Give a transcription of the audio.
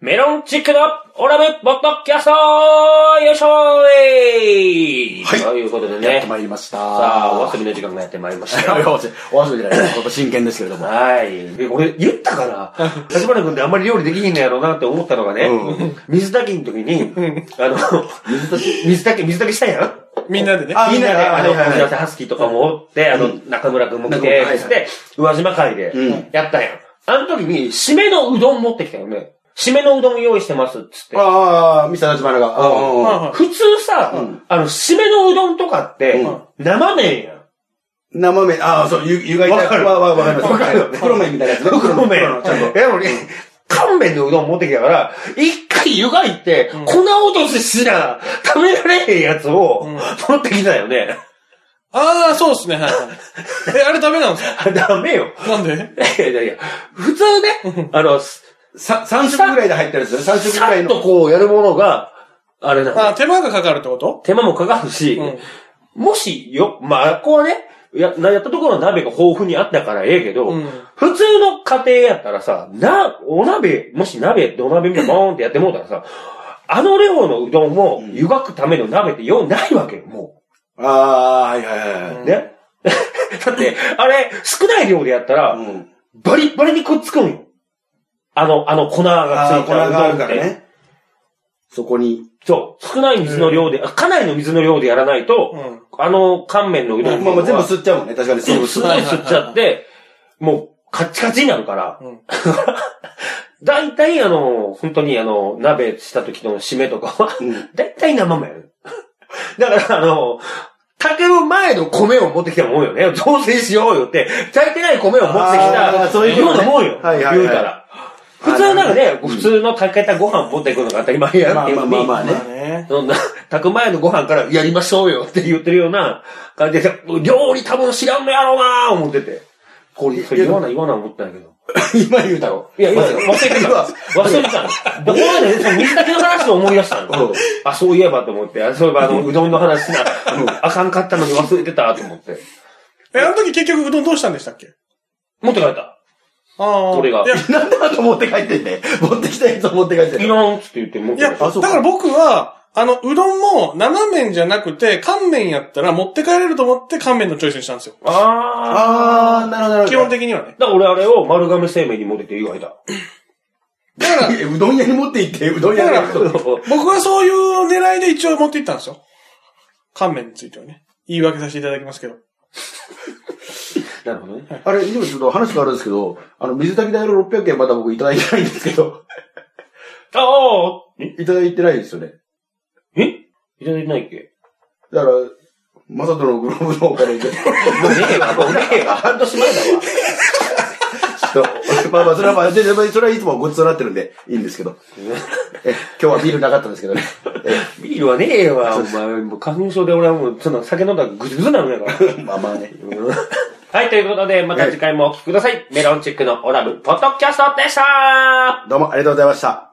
メロンチックのオラブボットキャストよいしょーい、はいということでやねって、まいりました。さあ、お遊びの時間がやってまいりましたおよ。遊びお遊びじゃないです。こと真剣ですけれども。はい。え俺、言ったかな立花君ってあんまり料理できひんのやろうなって思ったのがね、うん水炊きの時に、あの、水炊き、水炊き、水炊きしたやんみんなでね。あみんなで、あの、はいはいはい小倉ハスキーとかもおって、あの、中村君も来中村てはいは、いそして、宇和島会でうん、やったやん。あの時に、締めのうどん持ってきたよね。締めのうどん用意してます、っつって。ああ、ミスター立花が。あーはいはい普通さ、うんあの、締めのうどんとかって、うん生麺やん。生麺、ああ、そう、ゆ、ゆがいた。わかるわ、わ、わかります。わかる黒麺みたいなやつね。黒麺のちゃんと。え、俺、乾麺のうどん持ってきたから、一回湯がいて、ん粉落とししな、食べられへんやつを、うん持ってきたよね。 ああ、そうっすね、はいはい。え、あれダメなんですあダメよ。かなんでいやいやいや、普通ね、あの、さ、三色ぐらいで入ってるんですよね。三色ぐさらっいとの。こうやるものが、あれなのあ手間がかかるってこと手間もかかるし、うんもしよ、まあ、ここはね、や、なやったところの鍋が豊富にあったからええけど、うん普通の家庭やったらさ、な、お鍋、もし鍋、土鍋みたいなボーンってやってもうたらさ、あの量のうどんを湯がくための鍋って用ないわけよ、もああー、はいはいはいはう。い。ね。 だって、あれ、少ない量でやったら、うん。バリッバリにくっつくんよ。あの、あの粉あがあ、つい粉たうどがあんるって。からね。そこに。そう。少ない水の量で、あかなりの水の量でやらないと、うんあの、乾麺のうどまんあっていうのはまあ全部吸っちゃうもんね。確かに。そう、すそごうい吸っちゃって、もう、カッチカチになるから。うんだいたい、あの、本当に、あの、鍋した時の締めとかは、 うんだいたい生麺。だから、あの、炊ける前の米を持ってきたもんよね。造成しようよって、炊いてない米を持ってきあた、ーそういうことねようなもんよ。はいはいはい言うたら。普通なんかね、普通の炊けたご飯持っていくのが当たり前やんまっあていうまのあにまあまあまあね。ね。そんな、炊く前のご飯からやりましょうよって言ってるような感じで、料理多分知らんのやろうな思ってて。これ、それ言わない言わない思ってないけど。今言うたろ。いや、今、忘れてた今。忘れてた。僕はね、その水炊きの話を思い出したうのん。あ、そういえばと思って。あそういえば、あの、うどんの話しな、あかんかったのに忘れてたと思って。え、あの時結局うどんどうしたんでしたっけ持って帰った。ああ。俺がいや、なんであと持って帰ってんね持ってきたやつを持って帰ってんいねらんっつって言って持っいて帰や、だった。そうかから僕は、あの、うどんも、生麺じゃなくて、乾麺やったら持って帰れると思って乾麺のチョイスにしたんですよ。あー。あー、なるほどなるほど。基本的にはね。だから俺あれを丸亀製麺に持ってって言わ れた。だから、え うどん屋に持って行って、うどん屋だに。僕はそういう狙いで一応持って行ったんですよ。乾麺についてはね。言い訳させていただきますけど。なるほどね。 あれ、でもちょっと話変わるんですけど、あの、水炊き代の600円まだ僕いただいてないんですけど、 ああーいただいてないですよね。ええいただいてないっけだから、まさとのグローブのお金で、 ちょもうねえわ、もうねえわ、半年前だわ。っと、まあまあ、それはまあ、全然まあそれはいつもごちそうになってるんで、いいんです けど。え今日はビールなかったんですけどね。えビールはねえわ、お前。もう花粉症で俺はもう、その酒飲んだらぐずぐずなの やから。まあまあね。はい、ということで、また次回もお聞きください。メロンチックのオラブ、ポッドキャストでしたどうもありがとうございました。